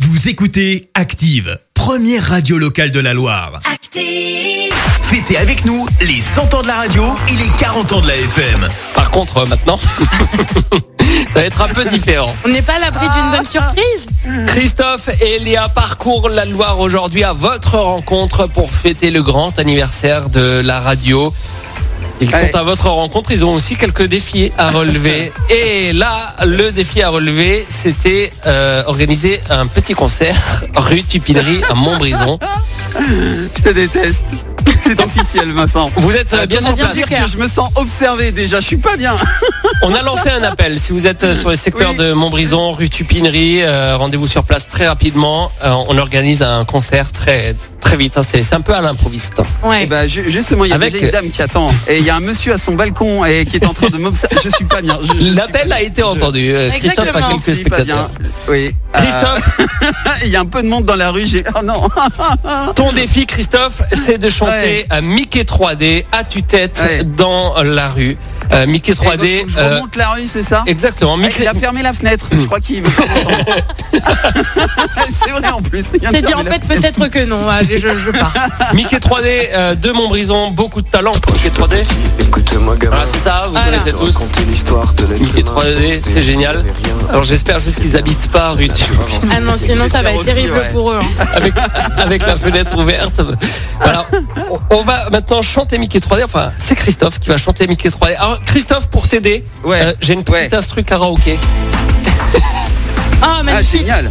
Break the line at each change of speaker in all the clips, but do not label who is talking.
Vous écoutez Active, première radio locale de la Loire.
Active.
Fêtez avec nous les 100 ans de la radio et les 40 ans de la FM.
Par contre, euh, maintenant, ça va être un peu différent.
On n'est pas à l'abri
Ah,
d'une bonne surprise.
Christophe et Léa parcourent la Loire aujourd'hui à votre rencontre pour fêter le grand anniversaire de la radio. Ils
Ouais.
sont à votre rencontre, ils ont aussi quelques défis à relever. Et là, le défi à relever, c'était euh, organiser un petit concert rue Tupinerie à Montbrison.
Je te déteste. C'est officiel, Vincent.
Vous êtes euh, bien
On
sur
vient
place.
du
Dire que je me sens observé déjà, je suis pas bien.
On a lancé un appel. Si vous êtes euh, sur le secteur
Oui.
de Montbrison, rue Tupinerie, euh, rendez-vous sur place très rapidement. Euh, on organise un concert très très vite. hein. C'est c'est un peu à l'improviste. hein.
Ouais.
Et bah, ju- justement, il y a
Avec-
déjà une dame qui attend. Et il y a un monsieur à son balcon et qui est en train de m'observer. Je suis pas bien. je- je suis
L'appel
pas
a
bien.
été
Je-
entendu. Euh, Christophe a
Exactement.
quelques
Je suis pas
spectateurs.
bien. Oui. Euh,
Christophe,
Il y a un peu de monde dans la rue. J'ai. Oh non.
ton défi, Christophe, c'est de chanter
Ouais.
à Mickey 3D à tue-tête
Ouais.
dans la rue. Euh, Mickey
Et donc,
3D.
faut que je
euh,
remonte la rue, c'est ça
Exactement.
Ah,
Mickey-
Il a fermé la fenêtre. Je crois qu'il veut. pas m'entendre. c'est vrai en plus. il a
C'est dit en
fermé la-
fait peut-être que non. Allez, je, je pars.
Mickey 3D euh, de Montbrison, beaucoup de talent pour Mickey 3D.
Écoute-moi gamin,
Voilà, c'est ça, vous
Voilà.
connaissez
je te
tous.
raconte l'histoire de l'être
Mickey
humain.
3D, c'est génial. Alors j'espère juste qu'ils habitent pas rue Tupinerie.
Ah non, sinon ça va être terrible
Ouais.
pour eux. hein.
avec, avec la fenêtre ouverte. Voilà. On- On va maintenant chanter Mickey 3D. Enfin, c'est Christophe qui va chanter Mickey 3D. Alors, Christophe, pour t'aider,
Ouais.
euh, j'ai une petite
Ouais.
instru karaoké.
Ah,
Ah,
magnifique.
génial.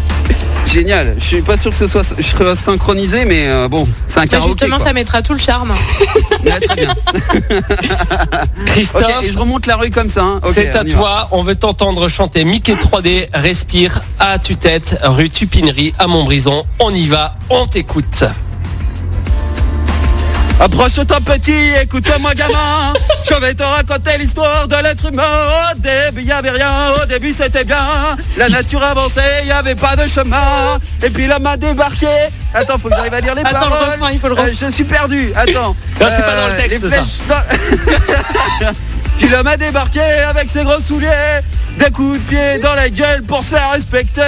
Génial. Je suis pas sûr que ce soit. Je serais synchronisé, mais euh, bon, c'est un
Bah,
karaoké.
justement,
quoi.
ça mettra tout le charme.
Ouais, très bien. Ok,
Christophe,
et je remonte la rue comme ça. hein. Ok,
c'est à
on y va.
toi. On veut t'entendre chanter Mickey 3D, respire, à tue-tête, rue Tupinerie, à Montbrison. On y va, on t'écoute.
Euh, Approche ton petit, écoute-moi gamin. Je vais te raconter l'histoire de l'être humain. Au début, il avait rien. Au début, c'était bien. La nature avançait, il n'y avait pas de chemin. Et puis l'homme a débarqué. Attends, faut que j'arrive à lire les
Attends, le
paroles.
refrain, il faut le
Euh,
refrain.
je suis perdu, attends. Euh,
Non, c'est pas dans le texte,
les
ça.
flèches dans- Puis l'homme a débarqué avec ses gros souliers, des coups de pied dans la gueule pour se faire respecter.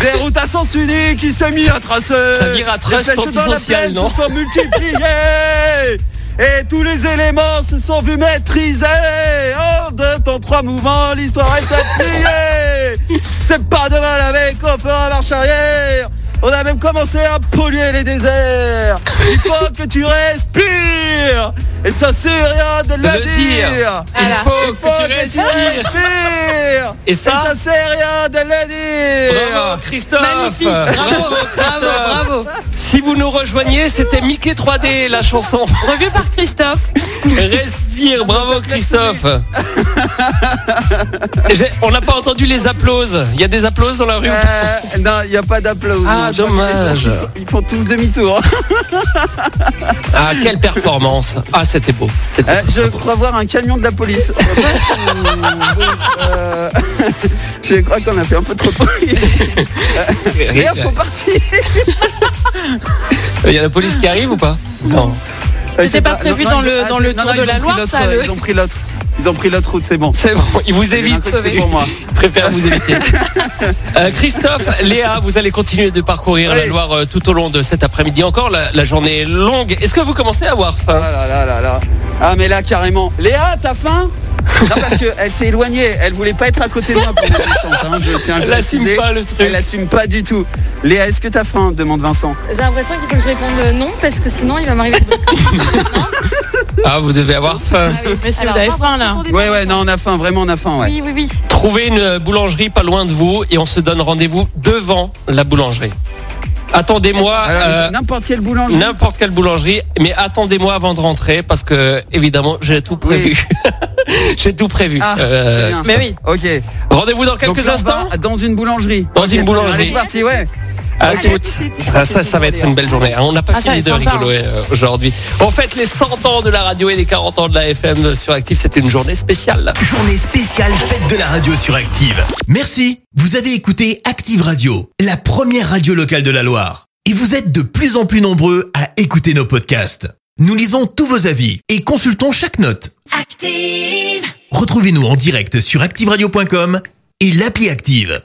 Des routes à sens unique qui s'est mis à tracer.
Ça vire à trace
Les flèches dans la
antisocial,
plaine
non
se sont multipliées. Et tous les éléments se sont vus maîtriser. En deux temps, trois mouvements, l'histoire est appliée. C'est pas demain la veille qu'on fera marche arrière. On a même commencé à polluer les déserts. Il faut que tu respires. Et ça, c'est rien de le,
Le dire. Il
Voilà.
faut que tu respires.
respires.
Et
Et ça,
ça,
c'est rien de le dire.
bravo, Christophe.
Magnifique. Bravo,
Ah,
bravo, bravo.
Si vous nous rejoignez, c'était Mickey 3D, la chanson.
Revu par Christophe.
Respire, bravo Christophe. J'ai- On n'a pas entendu les applauses. Il y a des applauses dans la rue. ou pas
Euh, non, il n'y a pas d'applaudissements.
Ah,
Je crois que les gens,
dommage.
Ils, sont- ils font tous demi-tour.
Ah quelle performance. Ah c'était beau. C'était
Euh,
très,
je
très beau.
crois voir un camion de la police. Euh, je crois qu'on a fait un peu trop de bruit. Et là, faut partir.
Il y a la police qui arrive ou pas Non.
Euh, je
C'était
sais
pas prévu dans le-
ah,
dans le
non,
tour
non,
de
ils ont
la
pris
Loire,
l'autre,
ça,
euh,
le-
Ils ont pris l'autre. Ils ont pris l'autre route, c'est bon.
C'est bon, il vous
Il y a un
évite.
truc, C'est pour moi.
Il préfère vous éviter. Euh, Christophe, Léa, vous allez continuer de parcourir la
Oui.
Loire euh, tout au long de cet après-midi encore. La, la journée est longue. Est-ce que vous commencez à avoir faim
Ah là là là là. Ah mais là carrément. Léa, t'as faim Non parce qu'elle s'est éloignée. Elle voulait pas être à côté de moi pendant la descente, hein, Je tiens à le
Elle assume
préciser.
pas le truc.
Elle assume pas du tout. Léa, est-ce que t'as faim demande Vincent.
J'ai l'impression qu'il faut que je réponde euh, non parce que sinon il va m'arriver. de-
Ah, vous devez avoir faim.
Ah oui.
Mais si
Alors,
vous avez
pardon,
faim là.
attendez,
Ouais
pardon.
ouais, non on a faim, vraiment on a faim, ouais.
Oui, oui, oui.
Trouvez une boulangerie pas loin de vous et on se donne rendez-vous devant la boulangerie. Attendez-moi
Alors,
euh,
n'importe quel boulanger.
n'importe quelle boulangerie, mais attendez-moi avant de rentrer parce que évidemment j'ai tout prévu. j'ai tout prévu.
Ah,
Euh,
très bien,
mais
ça.
oui.
Ok.
Rendez-vous dans quelques
Donc là, on va
instants.
Dans une boulangerie.
Dans une
Ok,
boulangerie.
Allez, c'est parti, ouais.
À
Ok.
toutes. Ah, ça, ça va être une belle journée. hein. On n'a pas
Ah, ça va
fini
être
de
sympa,
rigoler euh, aujourd'hui. En fait, les 100 ans de la radio et les 40 ans de la FM sur Active, c'est une journée spéciale.
Journée spéciale fête de la radio sur Active. Merci. Vous avez écouté Active Radio, la première radio locale de la Loire. Et vous êtes de plus en plus nombreux à écouter nos podcasts. Nous lisons tous vos avis et consultons chaque note.
Active.
Retrouvez-nous en direct sur activeradio.com et l'appli Active.